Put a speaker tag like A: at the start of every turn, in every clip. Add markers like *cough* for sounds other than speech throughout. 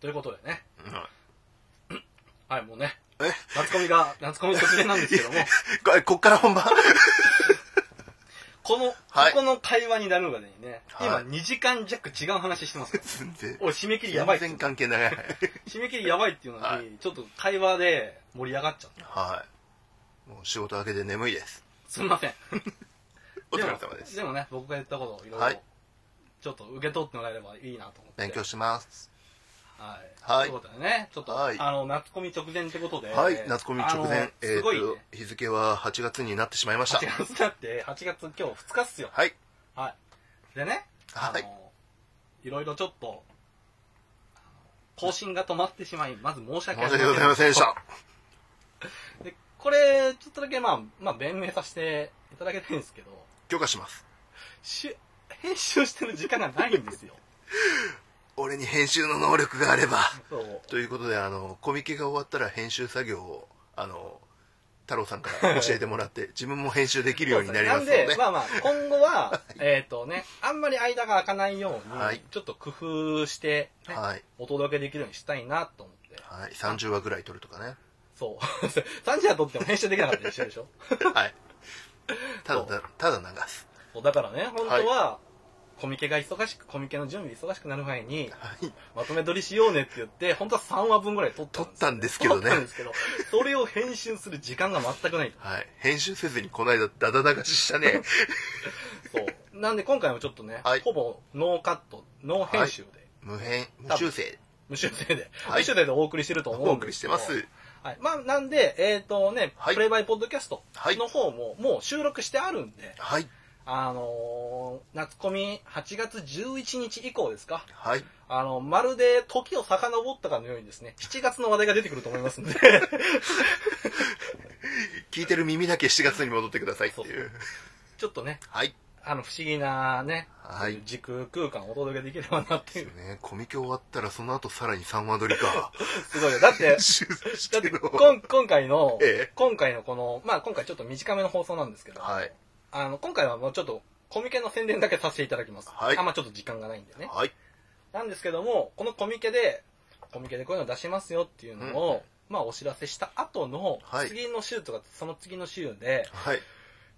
A: ということでね。
B: は
A: はい、もうね。
B: い。
A: 夏コミが、夏コミ突然なんですけども、 *laughs*
B: えこっから本番
A: この、
B: はい
A: ここの会話になるまでにね、今
B: はい
A: 2時間弱違う話してますから。
B: *laughs* 全然。
A: おい、締め切りやばい
B: 全
A: っす
B: 然関係ない。
A: 締め切りやばいっていうのに、
B: は
A: ちょっと会話で盛り上がっちゃった。
B: はい。もう仕事明けで眠いです。
A: すみません。
B: お疲れ様です。
A: でもでもね、僕が言ったことをいろ
B: はい
A: ろ
B: い、
A: ちょっと受け取ってもらえればいいなと思って。
B: 勉強します。
A: はい。
B: はい
A: ということでね、ちょっと、
B: はい
A: あの、夏コミ直前ってことで。
B: はい、夏コミ直
A: あ
B: 前
A: の、
B: え
A: す
B: ー
A: ごいね、
B: と、日付は8月になってしまいました。
A: 8月だって、8月今日2日っすよ。
B: はい。
A: はい。でね、
B: はい
A: あの、いろいろちょっと、更新が止まってしまい、まず申し
B: 申し
A: 訳ありません。
B: 訳ございませんでした。
A: で、これ、ちょっとだけまあ、まあ、弁明させていただきたいんですけど、
B: 許可します。
A: し編集してる時間がないん
B: *laughs*
A: ですよ。
B: 俺に編集の能力があれば。
A: そう。
B: ということで、あの、コミケが終わったら編集作業を、あの、太郎さんから教えてもら
A: *laughs*
B: って、自分も編集できるようになりますの
A: なん
B: で
A: で、、まあまあ、今後
B: *laughs*
A: は、えっとね、あんまり間が開かないように、
B: はい
A: ちょっと工夫して、ね
B: はい。
A: お届けできるようにしたいなと思って。
B: はい。30話ぐらい撮るとかね。
A: そう。3時は *laughs* 撮っても編集できなかったりしてるでしょ
B: はい。ただ
A: そう、
B: ただ流す。
A: そうだからね、本当は、コミケが忙しく、コミケの準備忙しくなる前
B: *laughs*
A: に、
B: はい。
A: まとめ撮りしようねって言って、本当は3話分ぐらい撮った
B: 撮
A: ん
B: っ
A: ですよ撮
B: たんですけどね
A: った。んですけど、それを編集する時間が全くないと。
B: はい。編集せずにこの間ダダ流しした
A: *laughs*
B: ね。 *laughs*
A: そう。なんで今回もちょっとね、
B: はい
A: ほぼノーカット、ノー編集で、
B: 無編、無修正
A: 無修正で、
B: はい
A: 無修正でお送りしてると思
B: お
A: うん
B: 送
A: で
B: りし
A: す
B: て
A: けど。
B: ます。
A: はい。まあ、なんで、えっ、とね、
B: はい
A: プレイバイポッドキャスト
B: はい
A: の方も、もう収録してあるんで、
B: はい。
A: あのー夏コミ8月11日以降ですか、
B: はい。
A: あの、まるで時を遡ったかのようにですね、7月の話題が出てくると思いますん
B: *laughs*
A: で、
B: 聞いてる耳だけ7月に戻ってくださいっていう。
A: ちょっとね、
B: はい。
A: あの、不思議なね、
B: はい
A: 時空空間をお届けできればなっていう。 *laughs*
B: ね、コミケ終わったらその後さらに3話撮りか。
A: すごいよ。だって、
B: 修正し
A: だってて
B: る
A: こ
B: の。
A: ん今回の、
B: ええ
A: 今回のこの、まあ今回ちょっと短めの放送なんですけど、
B: はい。
A: あの、今回はもうちょっとコミケの宣伝だけさせていただきます。
B: はい
A: あんまちょっと時間がないんでね。
B: はい。
A: なんですけども、このコミケで、コミケでこういうの出しますよっていうのを、まあお知らせした後の
B: は、い
A: 次の週とかその次の週で、
B: はい。
A: い、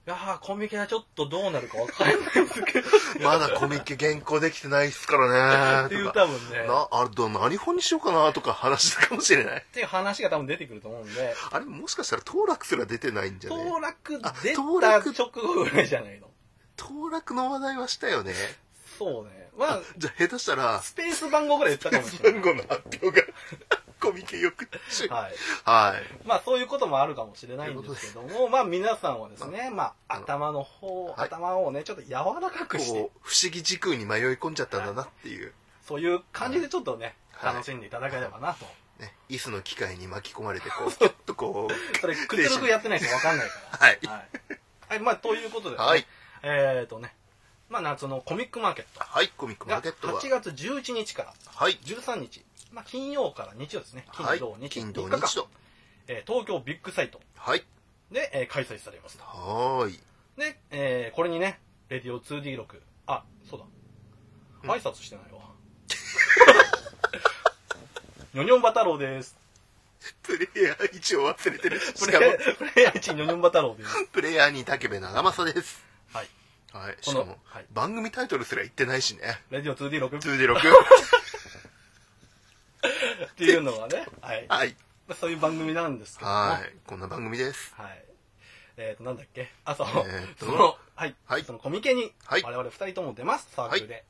A: やーコミケはちょっとどうなるかわかんないですけど、
B: まだコミケ原稿できてないっすからね。
A: っていう
B: とか
A: 多分ね、っ
B: な、あれど、何本にしようかなとか話したかもしれない。
A: ていう話が多分出てくると思うんで、
B: あれ、もしかしたら当落すら出てないんじゃね
A: 当落
B: あ
A: 出
B: 当
A: た
B: 落
A: 直後ぐらいじゃないの。
B: 当落の話題はしたよね。
A: そうね。まあ、
B: じゃあ、下手したら、
A: スペース番号ぐらい言ったかもしれな
B: 番号の発表が、コミケよくし。
A: い。はい。
B: はい。
A: まあそういうこともあるかもしれないんですけども、まあ皆さんはですね、まあ
B: あの
A: 頭の方、
B: はい
A: 頭をね、ちょっと柔らかくして、
B: こう、不思議時空に迷い込んじゃったんだなっていう、
A: そういう感じでちょっとね、
B: はい
A: 楽しんでいただければなと。
B: ね、椅子の機械に巻き込まれて、
A: *laughs*
B: こう、ちょっとこう、
A: それ、クトルクやってない人わかんないか
B: はい。
A: ら。はい。はい、まあということで、ね、
B: はい。
A: えっ、ー、とね、まあ夏のコミックマーケット
B: はい、コミックマ
A: が
B: ーケットは
A: 8。月11日から
B: はい。
A: 13日、まあ金曜から日曜ですね、
B: は
A: 金
B: い
A: 土。日、
B: 金土
A: 三日
B: 日
A: 間
B: と。
A: えー東京ビッグサイト
B: はい。
A: で、えー開催されますと。
B: はーい。
A: で、えー、これにね、レディオ 2D6。あ、そうだ。挨拶してないわ。 *laughs* ニョニョンバ太郎です。
B: プレイヤー一応忘れてるし。
A: *laughs* プ
B: し
A: レ
B: かも、
A: イプレイヤー1ニョニョンバ太郎です。
B: プレイヤーに竹部長政です。
A: はい。
B: はい。
A: こ
B: し
A: の
B: かも
A: はい、
B: 番組タイトルすら言ってないしね。
A: レディオ 2D6
B: 2 d *laughs* 6
A: っていうのがね、はい。ま
B: はい。
A: あそういう番組なんですけども。は。
B: はいい。こんな番組です。
A: えっ、ー、と、なんだっけあ、そう。
B: えーと
A: その、はい。
B: はい
A: そのコミケに、
B: はい
A: 我々二人とも出ます、サークルで。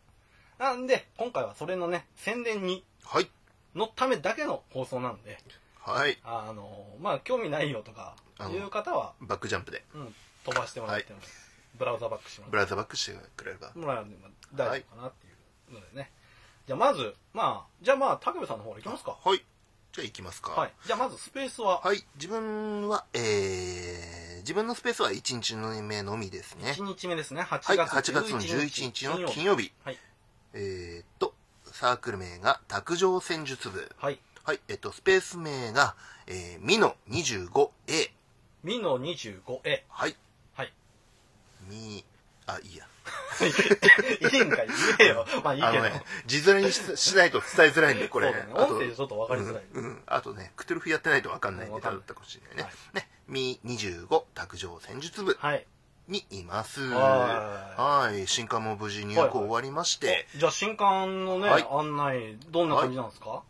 A: なんで、今回はそれのね、宣伝に、
B: はい。
A: のためだけの放送なんで、
B: はい。
A: あの、まあ、興味ないよとか、いう方は、
B: バックジャンプで、
A: うん、飛ばしてもらっても、ブラウザバックしても
B: ブ
A: らっ
B: ラウザーバックしてくれれば
A: て。もらえるのが大丈夫かなっていうのでね。じゃあまず、まあ、じゃあまあ、武部さんの方からいきますか。
B: はい。じゃあ行きますか。
A: はい。じゃあまず、スペースは、
B: はい。自分は、えー、自分のスペースは1日の目のみですね
A: 1。日目ですね、
B: は
A: 8
B: い。
A: 月
B: 8月
A: 11日。
B: の11日の金
A: 曜
B: 曜日。
A: 日。はい。
B: えーっと、サークル名が卓上戦術部。
A: はい。
B: はい。えっと、スペース名が、えー、ミノ 25A。
A: ミノ 25A。
B: はい。
A: はい。
B: み、あ、いいや。
A: *laughs* いいんかい言えよ。まあいい
B: あ
A: け
B: の
A: ど。
B: ね、字面にししないと伝えづらいんで、これ。
A: そうだね。
B: あと
A: 音声じゃちょっと分かりづらい。
B: うんうんあとね、クトゥルフやってないと分かんないネタだったかもしれないね。ね、ミ25、卓上戦術部
A: はい。
B: にいます。
A: は
B: はい、新刊も無事入稿終わりまして、
A: おじゃあ新刊のね、
B: はい
A: 案内、どんな感じなんですか、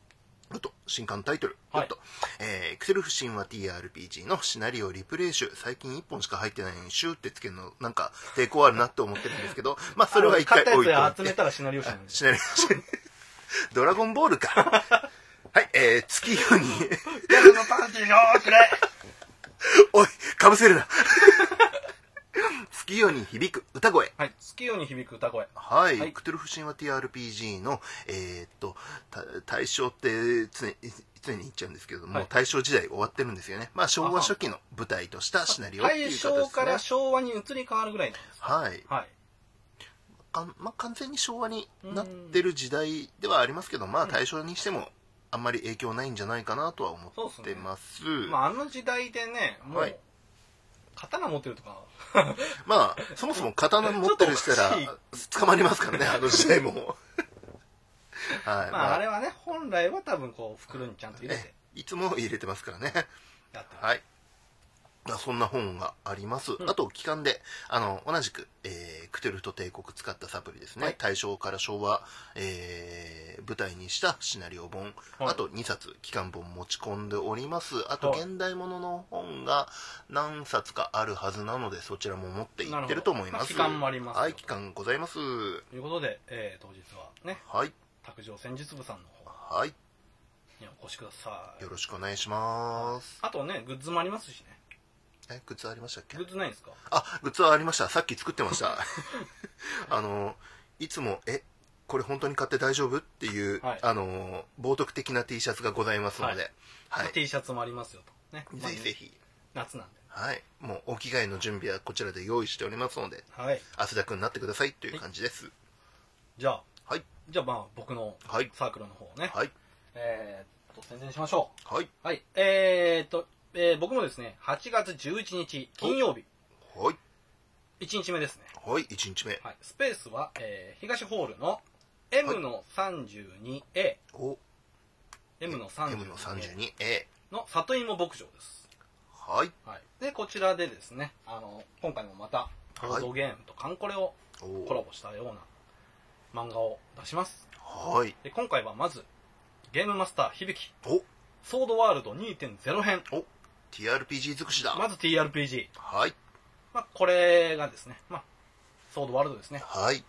B: おっと、新刊タイトル、
A: はい
B: おっと、えー、クセルフ神話 TRPG のシナリオリプレイ集、最近1本しか入ってないのに、シューってつけるの、なんか抵抗あるなって思ってるんですけど、まあ、それは一回
A: 買っ
B: 置い
A: たやつ
B: *laughs*
A: 集
B: とい
A: め
B: て。
A: たらシナリオ集なんです。
B: シナリオ *laughs* ドラゴンボールか。 *laughs* はい、えー、月夜に、 *laughs*
A: ギャルのパンチをくれ
B: おい、かぶせるな。 *laughs* 月夜に響く歌声。
A: はい。月夜に響く歌声。
B: はい、
A: はい
B: クトゥルフ神話 TRPG の、えーっと、た大正って常に、常に言っちゃうんですけれども、
A: はい
B: 大正時代終わってるんですよね。まあ、昭和初期の舞台としたシナリオっていう
A: 大
B: 形です
A: 正から
B: ね。
A: 昭和に移り変わるぐらいなんです。
B: はい。
A: はい。
B: かんまあ、完全に昭和になってる時代ではありますけど、まあ、大正にしても、あんまり影響ないんじゃないかなとは思
A: そうっす
B: っ
A: ね
B: てます。
A: まああの時代でね、もう、
B: はい
A: 刀持ってるとか、
B: まあ、そもそも刀持ってるしたら
A: ちょっ、
B: 捕まりますからね、あの時代も。
A: *laughs*
B: はい。
A: まああれはね、本来は多分こう、袋にちゃんと入れて
B: ね、いつも入れてますからね。
A: やってます。
B: はい。まあそんな本があります。
A: ん
B: あと、期間で、あの、同じく、えークテルト帝国使ったサプリですね。
A: はい
B: 大正から昭和、えー舞台にしたシナリオ本。
A: はい
B: あと、2冊、期間本持ち込んでおります。あと、
A: はい
B: 現代ものの本が何冊かあるはずなので、そちらも持っていってると思います。
A: なるほどまあ期間もあります
B: はい、期間ございます。
A: ということで、えー、当日はね、
B: はい。
A: 卓上戦術部さんの方
B: はい。
A: にお越しください
B: よ。ろしくお願いします。
A: あとね、グッズもありますしね。
B: え、グッズありましたっけ
A: グッズないんですか
B: あ、グッズはありました。さっき作ってま
A: *laughs*
B: した。あの、いつも、え、これ本当に買って大丈夫っていう、
A: はい
B: あの、冒涜的な T シャツがございますので、は
A: ま
B: い。
A: あ T シャツもありますよと。ね。
B: ぜひぜひ。
A: まあ夏なんで。
B: はい。もう、お着替えの準備はこちらで用意しておりますので、
A: はい。
B: 汗だくになってくださいという感じです。
A: じゃあ、
B: はい。
A: じゃあまあ僕の
B: はい
A: サークルの方をね、
B: はい。
A: えーっと、宣伝しましょ
B: はい。
A: う。はい。えーっと、えー僕もですね、8月11日、金曜日、
B: はい。
A: 1日目ですね。
B: はい。1日目。
A: はい。スペースは、えー東ホールの M の 32A、
B: お、
A: M の
B: M の
A: 32A
B: 32。A。
A: の里芋牧場です。
B: はい。
A: はい。で、こちらでですね、あの、今回もまた、ボードゲームとカンコレをコラ
B: お
A: ボしたような漫画を出します。
B: はい。
A: で、今回はまず、ゲームマスター響き、
B: お、
A: ソードワールド2.0編。
B: TRPG 尽くしだ。
A: まず TRPG。
B: はい。
A: まあ、これがですね、まあ、ソードワールドですね。
B: はい。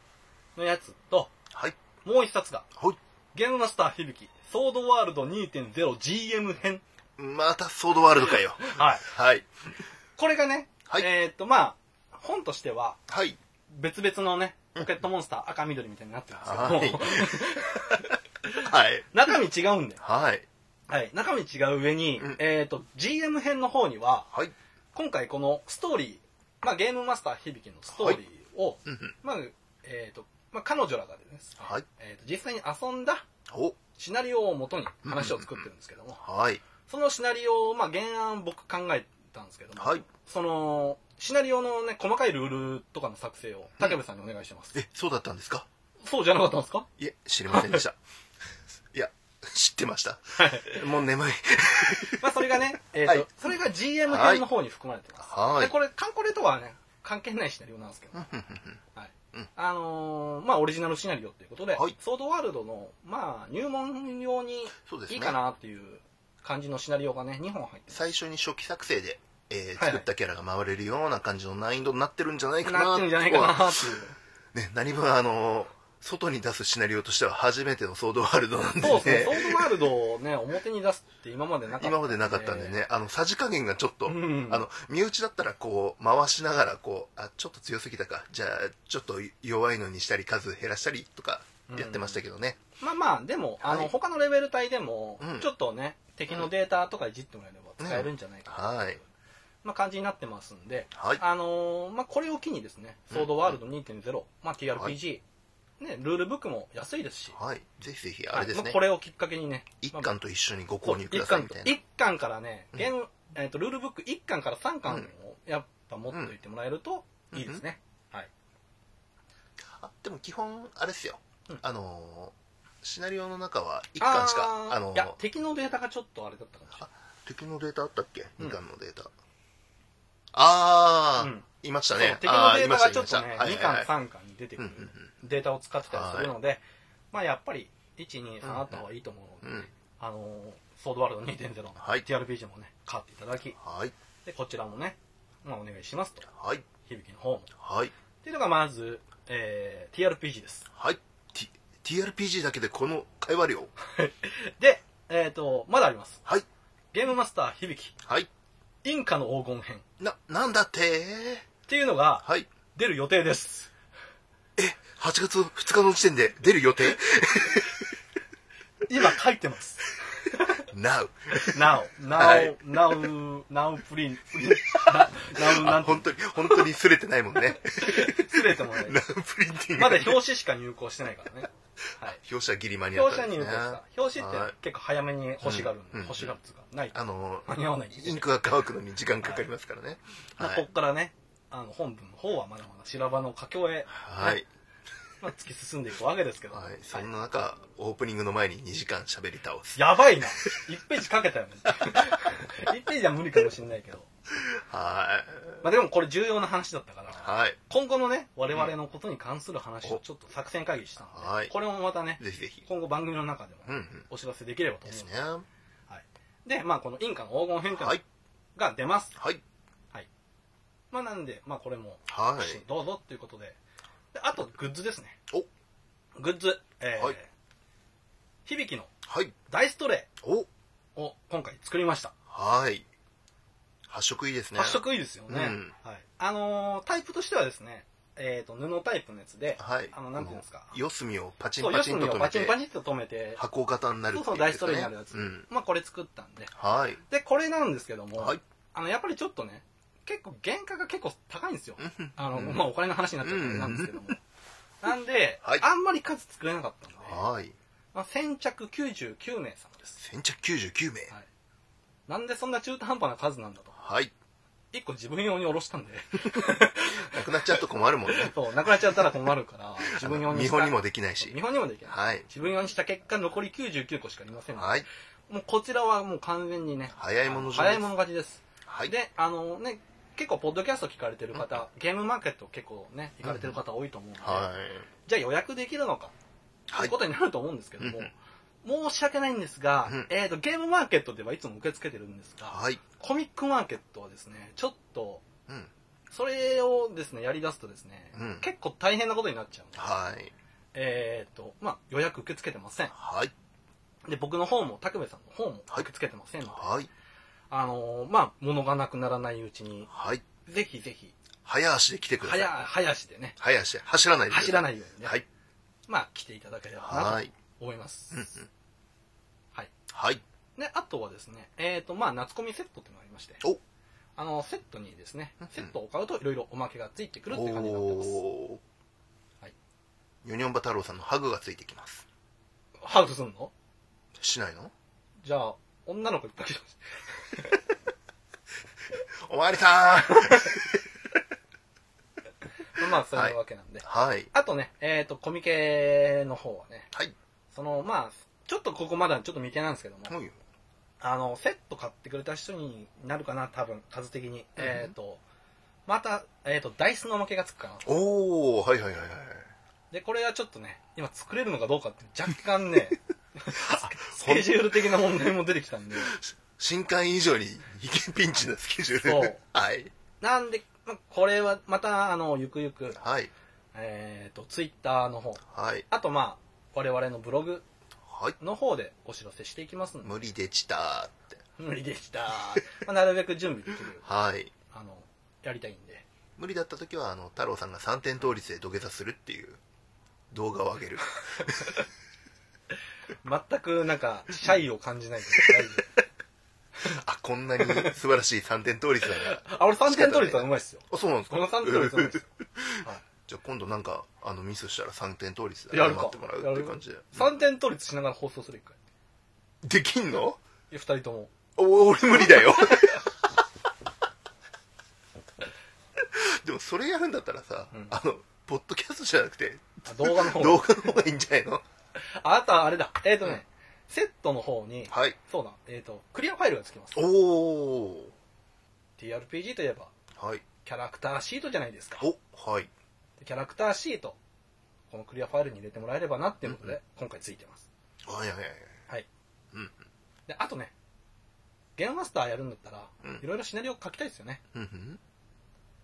A: のやつと、
B: はい。
A: もう一冊が、
B: はい。
A: ゲームマスター響き、ソードワールド 2.0GM 編。
B: またソードワールドかよ。
A: はい。
B: はい。
A: これがね、
B: はい
A: えーっと、まあ、本としては、
B: はい。
A: 別々のね、ポケットモンスター赤緑みたいになってるんですけども、
B: はい。はい。
A: *laughs* 中身違うんだよ。
B: はい。
A: はい。中身違う上に、
B: うん
A: えーっと、GM 編の方には、
B: はい。
A: 今回このストーリー、まあ、ゲームマスター響きのストーリーを、
B: うんうん
A: まあ、えっ、と、まあ、彼女らがですね、
B: はい
A: えーと、実際に遊んだ
B: お、
A: シナリオをもとに話を作ってるんですけども、
B: はい。
A: そのシナリオを、まあ、原案僕考えたんですけども、
B: はい。
A: その、シナリオのね、細かいルールとかの作成を竹部さんにお願いしてます。
B: え、そうだったんですか
A: そうじゃなかったんですか
B: いえ、知りませんで
A: *laughs*
B: した。いや、知ってました。もう眠い。
A: まあ、それが
B: *laughs*
A: ね、えーと
B: はい
A: それが GM 編の方に含まれてます。
B: は
A: で
B: い。
A: これ、カンコレとはね、関係ないシナリオなんですけど、はいあのーまあオリジナルシナリオということで、
B: はい
A: ソードワールドの、まあ、入門用に
B: そうですね
A: いいかなっていう感じのシナリオがね2本入って
B: 最初に初期作成で、えー
A: はい
B: 作ったキャラが回れるような感じの難易度になってるんじゃないかな。
A: なってるんじゃないかなっていう
B: ね、何分あのー外に出すシナリオとしては初めてのソードワールドなんで、ね。
A: そうですねソードワールドをね表に出すって今までなかったん
B: 今までなかったんでね、あの、さじ加減がちょっと、
A: うん
B: あの、身内だったらこう、回しながらこう、あ、ちょっと強すぎたか、じゃあ、ちょっと弱いのにしたり、数減らしたりとか、やってましたけどね。
A: まあまあでもあの、
B: はい
A: 他のレベル帯でも、
B: うん
A: ちょっとね敵のデータとかいじってもらえれば使えるんじゃないかな、
B: はい。
A: まあ、感じになってますんで、
B: はい。
A: あのーまあ、これを機にですね、ソードワールド2.0、まあ、TRPG、
B: はい
A: ね、ルールブックも安いですし、
B: はい。ぜひぜひ、あれです
A: はいま
B: ね
A: あ、これをきっかけにね、
B: 一
A: まあ
B: 巻と一緒にご
A: そ
B: 購
A: う
B: 入
A: 一
B: ください
A: 巻
B: み
A: と
B: たいな。
A: 一巻からね、
B: うん
A: ゲームえーとルールブック1巻から3巻をやっぱ持っておいてもらえるといいですね。はい。
B: あでも基本あれですよ、
A: うん
B: あのーシナリオの中は1巻しか
A: あ
B: あ
A: ー
B: のー
A: いや敵のデータがちょっとあれだったかもしれない
B: 敵のデータあったっけ
A: うん
B: 2巻のデータ、ああ、
A: うん
B: いまし
A: そ
B: た
A: う
B: ね
A: 敵のデータがちょっ
B: あ
A: と
B: ーい
A: ね2
B: ましたいまし
A: 巻
B: たはいはいはい
A: 3巻に出てく
B: うん
A: る
B: うん
A: データを使ってたりするのでまあやっぱり123あった方がいいと思うので
B: うんうん
A: あのーソードワールド2.0の
B: はい
A: TRPG もね買っていただき
B: はい
A: でこちらもねまあお願いしますと
B: はい
A: 響きの方も
B: はい
A: っていうのがまず、えー TRPG です
B: はい T- TRPG だけでこの会話量
A: でえっ、とまだあります
B: はい
A: ゲームマスター響き
B: はい
A: インカの黄金編
B: ななんだって
A: っていうのが
B: はい
A: 出る予定です
B: 8月2日の時点で出る予定 *laughs*
A: 今書いてます
B: Now
A: Now Now、
B: はい
A: Now Now プリンプリン Now な
B: あ
A: んて
B: 本当に本当にすれてないもんね *laughs*
A: すれてもね
B: Now プリンティング
A: まだ表紙しか入稿してないからねはい
B: 表紙はギリ間に合っ
A: 表
B: たん
A: 紙
B: で
A: は
B: す
A: 入
B: ね
A: 稿した表紙っ
B: はい
A: て結構早めに欲しがるんで、
B: うん
A: 欲しがるっていうかないと
B: あの
A: 間に合わないんで
B: インクが乾くのに時間かかりますからね
A: まあ、
B: は
A: こ
B: い
A: こからねあの本文の方はまだまだ修羅場の佳境へ、
B: はい
A: まあ、突き進んでいくわけですけど、
B: はい、そんな中、オープニングの前に2時間喋り倒す。
A: やばいな1ページかけ *laughs* たよね1ページは無理かもしれないけど、
B: は
A: まあ、でもこれ重要な話だったから、
B: い。はい。
A: 今後のね我々のことに関する話
B: う
A: を
B: ん
A: ちょっと作戦会議したので、
B: はい
A: これもまたね
B: ぜひぜひ。
A: 今後番組の中で
B: うん
A: も
B: うん。
A: お知らせできればと
B: で
A: 思う
B: す
A: ん
B: ね
A: で。でまあこの「インカの黄金変
B: は
A: 換
B: い。」
A: が出ます、
B: はい。
A: まあなんでまあこれも
B: は
A: どうぞということでであとグッズですね
B: お
A: グッズえー
B: はい
A: 響きの
B: い。はい。
A: ダイストレ
B: お
A: イを今回作りました
B: はい。発色いいですね。
A: 発。色いいですよね、
B: うん
A: はい、あのータイプとしてはですね、えー、と布タイプのやつで、
B: はい。
A: あのなんていうんですか
B: 四隅をパチン
A: そう
B: パ
A: 四
B: チン
A: 隅
B: と
A: を
B: 止
A: パ
B: め
A: チン
B: て
A: パ、チンと止めて
B: 箱型になるってい
A: そうそう
B: や
A: 大
B: つ
A: ストレーになるやつ、
B: うん。
A: まあこれ作ったんで
B: はい。
A: でこれなんですけども、
B: はい。
A: あのやっぱりちょっとね結構原価が結構高いんですよ
B: うん
A: あの、
B: うん
A: まあお金の話になっちゃうからあれなんですけども、なんで、
B: はい
A: あんまり数作れなかったんで、
B: はい。
A: まあ、先着99名様です
B: 先着99名。
A: はいなんでそんな中途半端な数なんだと
B: はい。
A: 1個自分用におろしたんで *laughs*
B: なくなっちゃうと困るもんね。
A: そうなくなっちゃったら困るから *laughs* 自分用に
B: 見
A: した
B: 本にもできないし
A: 見。本にもできない、
B: はい。
A: 自分用にした結果残り99個しかありませんので
B: はい。
A: もうこちらはもう完全にね
B: 早いもの順です
A: 早いもの勝ちです
B: はい。
A: であのね結構ポッドキャスト聞かれてる方、ゲームマーケット結構ね行かれてる方多いと思うんで、
B: はい。
A: じゃあ予約できるのかと
B: はいいう
A: こ。とになると思うんですけども、
B: うん
A: 申し訳ないんですが、
B: うん
A: えー、とゲームマーケットではいつも受け付けてるんですが、
B: はい。
A: コミックマーケットはですねちょっと
B: うん。
A: それをですねやりだすとですね、
B: うん
A: 結構大変なことになっちゃうんで、
B: はい。
A: えっ、とまあ予約受け付けてません
B: はい。
A: で僕の方も拓部さんの方も
B: は
A: 受
B: い
A: け付けてませんので、
B: はい。
A: あのーまあ物がなくならないうちに
B: はい。
A: ぜひぜひ
B: 早足で来てください。
A: 早早足でね
B: 早足。走らないで
A: 走ら
B: ない。
A: ないようにね、
B: はい。
A: まあ来ていただければ
B: は。
A: ないと思います、
B: うんうん
A: はい
B: はい。
A: であとはですねえっ、とまあ夏コミセットっていうのがありまして
B: お
A: あのセットにですね
B: うんうん
A: セットを買うといろいろおまけがついてくるっていう感じになってます
B: おー
A: はい。
B: ユニョンバ太郎さんのハグがついてきます。
A: ハグすんの
B: しないの
A: じゃあ女の子いっぱい来てます
B: おまわりさん
A: まあそういうわけなんで、
B: はい。
A: あとねえっ、とコミケの方はね
B: はい。
A: そのまあちょっとここまだちょっと未定なんですけども、
B: はい。
A: あのセット買ってくれた人になるかな多分数的に、えっ、とまた、えっとダイスのおまけがつくかな
B: おー、はいはいはいはい。
A: でこれはちょっとね今作れるのかどうかって若干
B: *laughs*
A: ねスケジュール的な問題も出てきたんで
B: 新刊以上に、意見ピンチなスケジュー
A: そ
B: ル。
A: う。
B: はい。
A: なんで、まあ、これはまたあのゆくゆく
B: はい。
A: えっ、とツイッターの方
B: はい。
A: あとまあ我々のブログ
B: はい。
A: の方でお知らせしていきますので
B: 無理でしたって。
A: 無理でした、まあ、なるべく準備できる
B: はい。
A: あのやりたいんで
B: 無理だった時は、あの、太郎さんが3点倒立で土下座するっていう動画を上
A: *laughs*
B: げる。
A: 全くなんかシャイを感じないけ
B: *laughs*
A: ど大丈夫
B: あ、こんなに素晴らしい3点倒立
A: *laughs*
B: なんだ。
A: あ、俺3点取りたらうまいっすよ。
B: あ、そうなんですか
A: この3点取りたらうまいっすよ。
B: じゃあ今度なんか、あの、ミスしたら3点倒立で
A: やるか
B: 謝ってもらうっていう感じで。
A: 3点取りしながら放送する一回。
B: できんの
A: いや、2人とも。
B: お俺無理だよ。でもそれやるんだったらさ、
A: うん
B: あの、ポッドキャストじゃなくて、
A: あ動画の方
B: 動画の方がいいんじゃないの
A: あなたはあれだ。えっ、とね、
B: うん
A: セットの方に、
B: はい。
A: そうだ、えっ、と、クリアファイルがつきます。
B: おー。
A: TRPG といえば、
B: はい。
A: キャラクターシートじゃないですか。
B: お、はい。
A: でキャラクターシート、このクリアファイルに入れてもらえればなっていうことで、今回ついてます。
B: はいはいはい。
A: で、あとね、ゲームマスターやるんだったら、
B: うん
A: いろいろシナリオ書きたいですよね。
B: うんうん。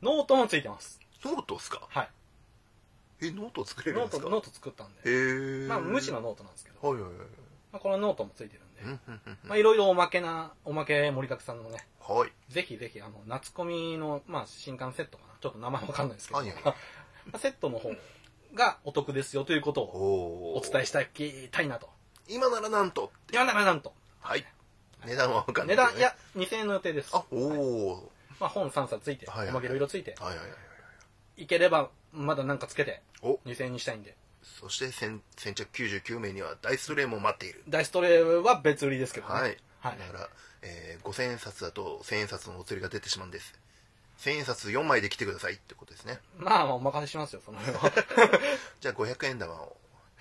A: ノートもついてます。
B: ノートっすか
A: はい。
B: え、ノート作れるん
A: ノー
B: ですか
A: ト、ノート作ったん
B: へ
A: で。
B: ー。
A: まあ、無地のノートなんですけど、
B: はいはいはい。
A: まあ、このノートもついてるんで
B: う、んうんうんうん
A: まあ、いろいろおまけな、おまけ盛りだくさんのね、
B: はい。
A: ぜひぜひ、あの、夏コミの、まあ、新刊セットかな。ちょっと名前わかんないですけど、
B: はいはい
A: *laughs* まあセットの方がお得ですよということを
B: お
A: お伝え
B: し
A: したいきたいなと。
B: 今ならなんと。
A: 今ならなんと、
B: はい。値段はわかん
A: 値
B: ないけどね。
A: 段、いや、2000円の予定です。
B: あ、おー。
A: まあ、本3冊ついて、
B: はいはい
A: おまけいろいろついて、
B: はいはいはいはい。
A: いければ、まだなんかつけて、
B: お、
A: 2000円にしたいんで。
B: そして先先着99名にはダイストレイも待っている。
A: ダイストレイは別売りですけどね。
B: はい。
A: はい
B: だから、えー、5000円札だと1000円札のお釣りが出てしまうんです。1000円札4枚で来てくださいってことですね。
A: まあ、まあお任せしますよ、その辺は。
B: じゃあ500円玉を、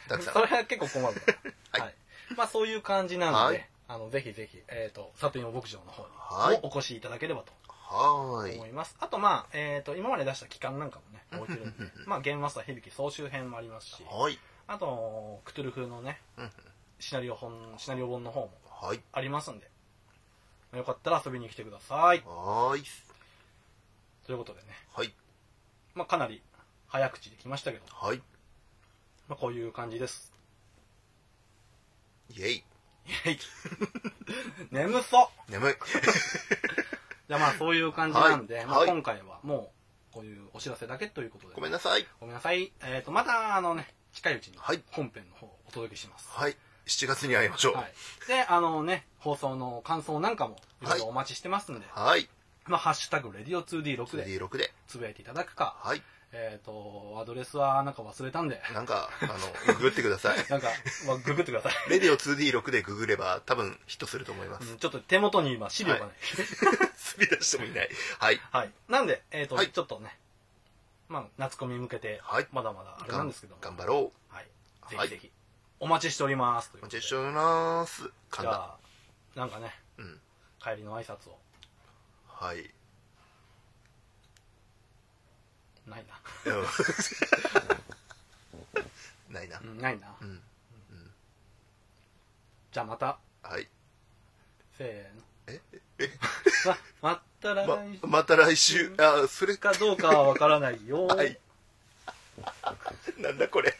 B: たくさん。
A: それは結構困るから
B: *laughs* はい
A: はい。まあ、そういう感じなので、
B: はい
A: あの、ぜひぜひ、えっ、と、里芋牧場の方
B: は
A: に
B: い
A: もお越しいただければと
B: はーい
A: 思。います。あと、まあ、えっ、と、今まで出した期間なんかもね、置いてるんで
B: うんうん、
A: まあ、ゲームマスター響き総集編もありますし、
B: はい。
A: あと、クトゥルフのね
B: うんうん、
A: シナリオ本、シナリオ本の方も
B: はい。
A: ありますんで、よかったら遊びに来てください。
B: はーい。
A: ということでね、
B: はい。
A: まあ、かなり早口できましたけど、
B: はい。
A: まあ、こういう感じです。
B: *laughs* イェイ。
A: イェイ *laughs* 眠そう *laughs*
B: 眠い。
A: じゃあまあそういう感じなんで、
B: はい
A: まあ
B: はい
A: 今回はもうこういうお知らせだけということで。
B: ごめん
A: な
B: なさい。
A: ごめんなさい。えっ、と、またあのね、近いうちに
B: はい
A: 本編の方をお届けします。
B: はい。7月に会いましょう。
A: は
B: はい。
A: い。で、あのね、放送の感想なんかもいろいろ
B: はい
A: お待ちしてますんで、まあハッシュタグレディオ 2D6 で
B: 2D6 で。
A: つぶやいていただくか、
B: はい。
A: えっ、と、アドレスはなんか忘れたんで、 *laughs*
B: なんか、あの、ググってください。
A: なんか、まあ、ググってく
B: *laughs*
A: ださい。
B: レディオ 2D6 でググれば多分ヒットすると思いま
A: う
B: す
A: ん。ちょっと手元に今資料がない。
B: すり出してもいない。はい。
A: はい。なんで、えっ、と、
B: はい
A: ちょっとね、まあ夏コミに向けて
B: はい、
A: まだまだあれなんですけども、
B: 頑張ろう。
A: はい。ぜ
B: はい
A: ひぜひ、お待ちしております。というこ
B: お待
A: とで
B: ちしております。噛ん
A: じゃ
B: だ。
A: あ、なんかね、
B: うん。
A: 帰りの挨拶を。
B: はい。 *laughs* うん
A: ないな。
B: ないな
A: う。んないな
B: う。ん。
A: じゃあまた、
B: はい。
A: せーの。
B: え
A: ま、 *laughs* まったら
B: ま
A: 来、
B: また来週。あ、それ
A: 週かどうかはわからないよ。
B: *laughs* はい。なんだこれ。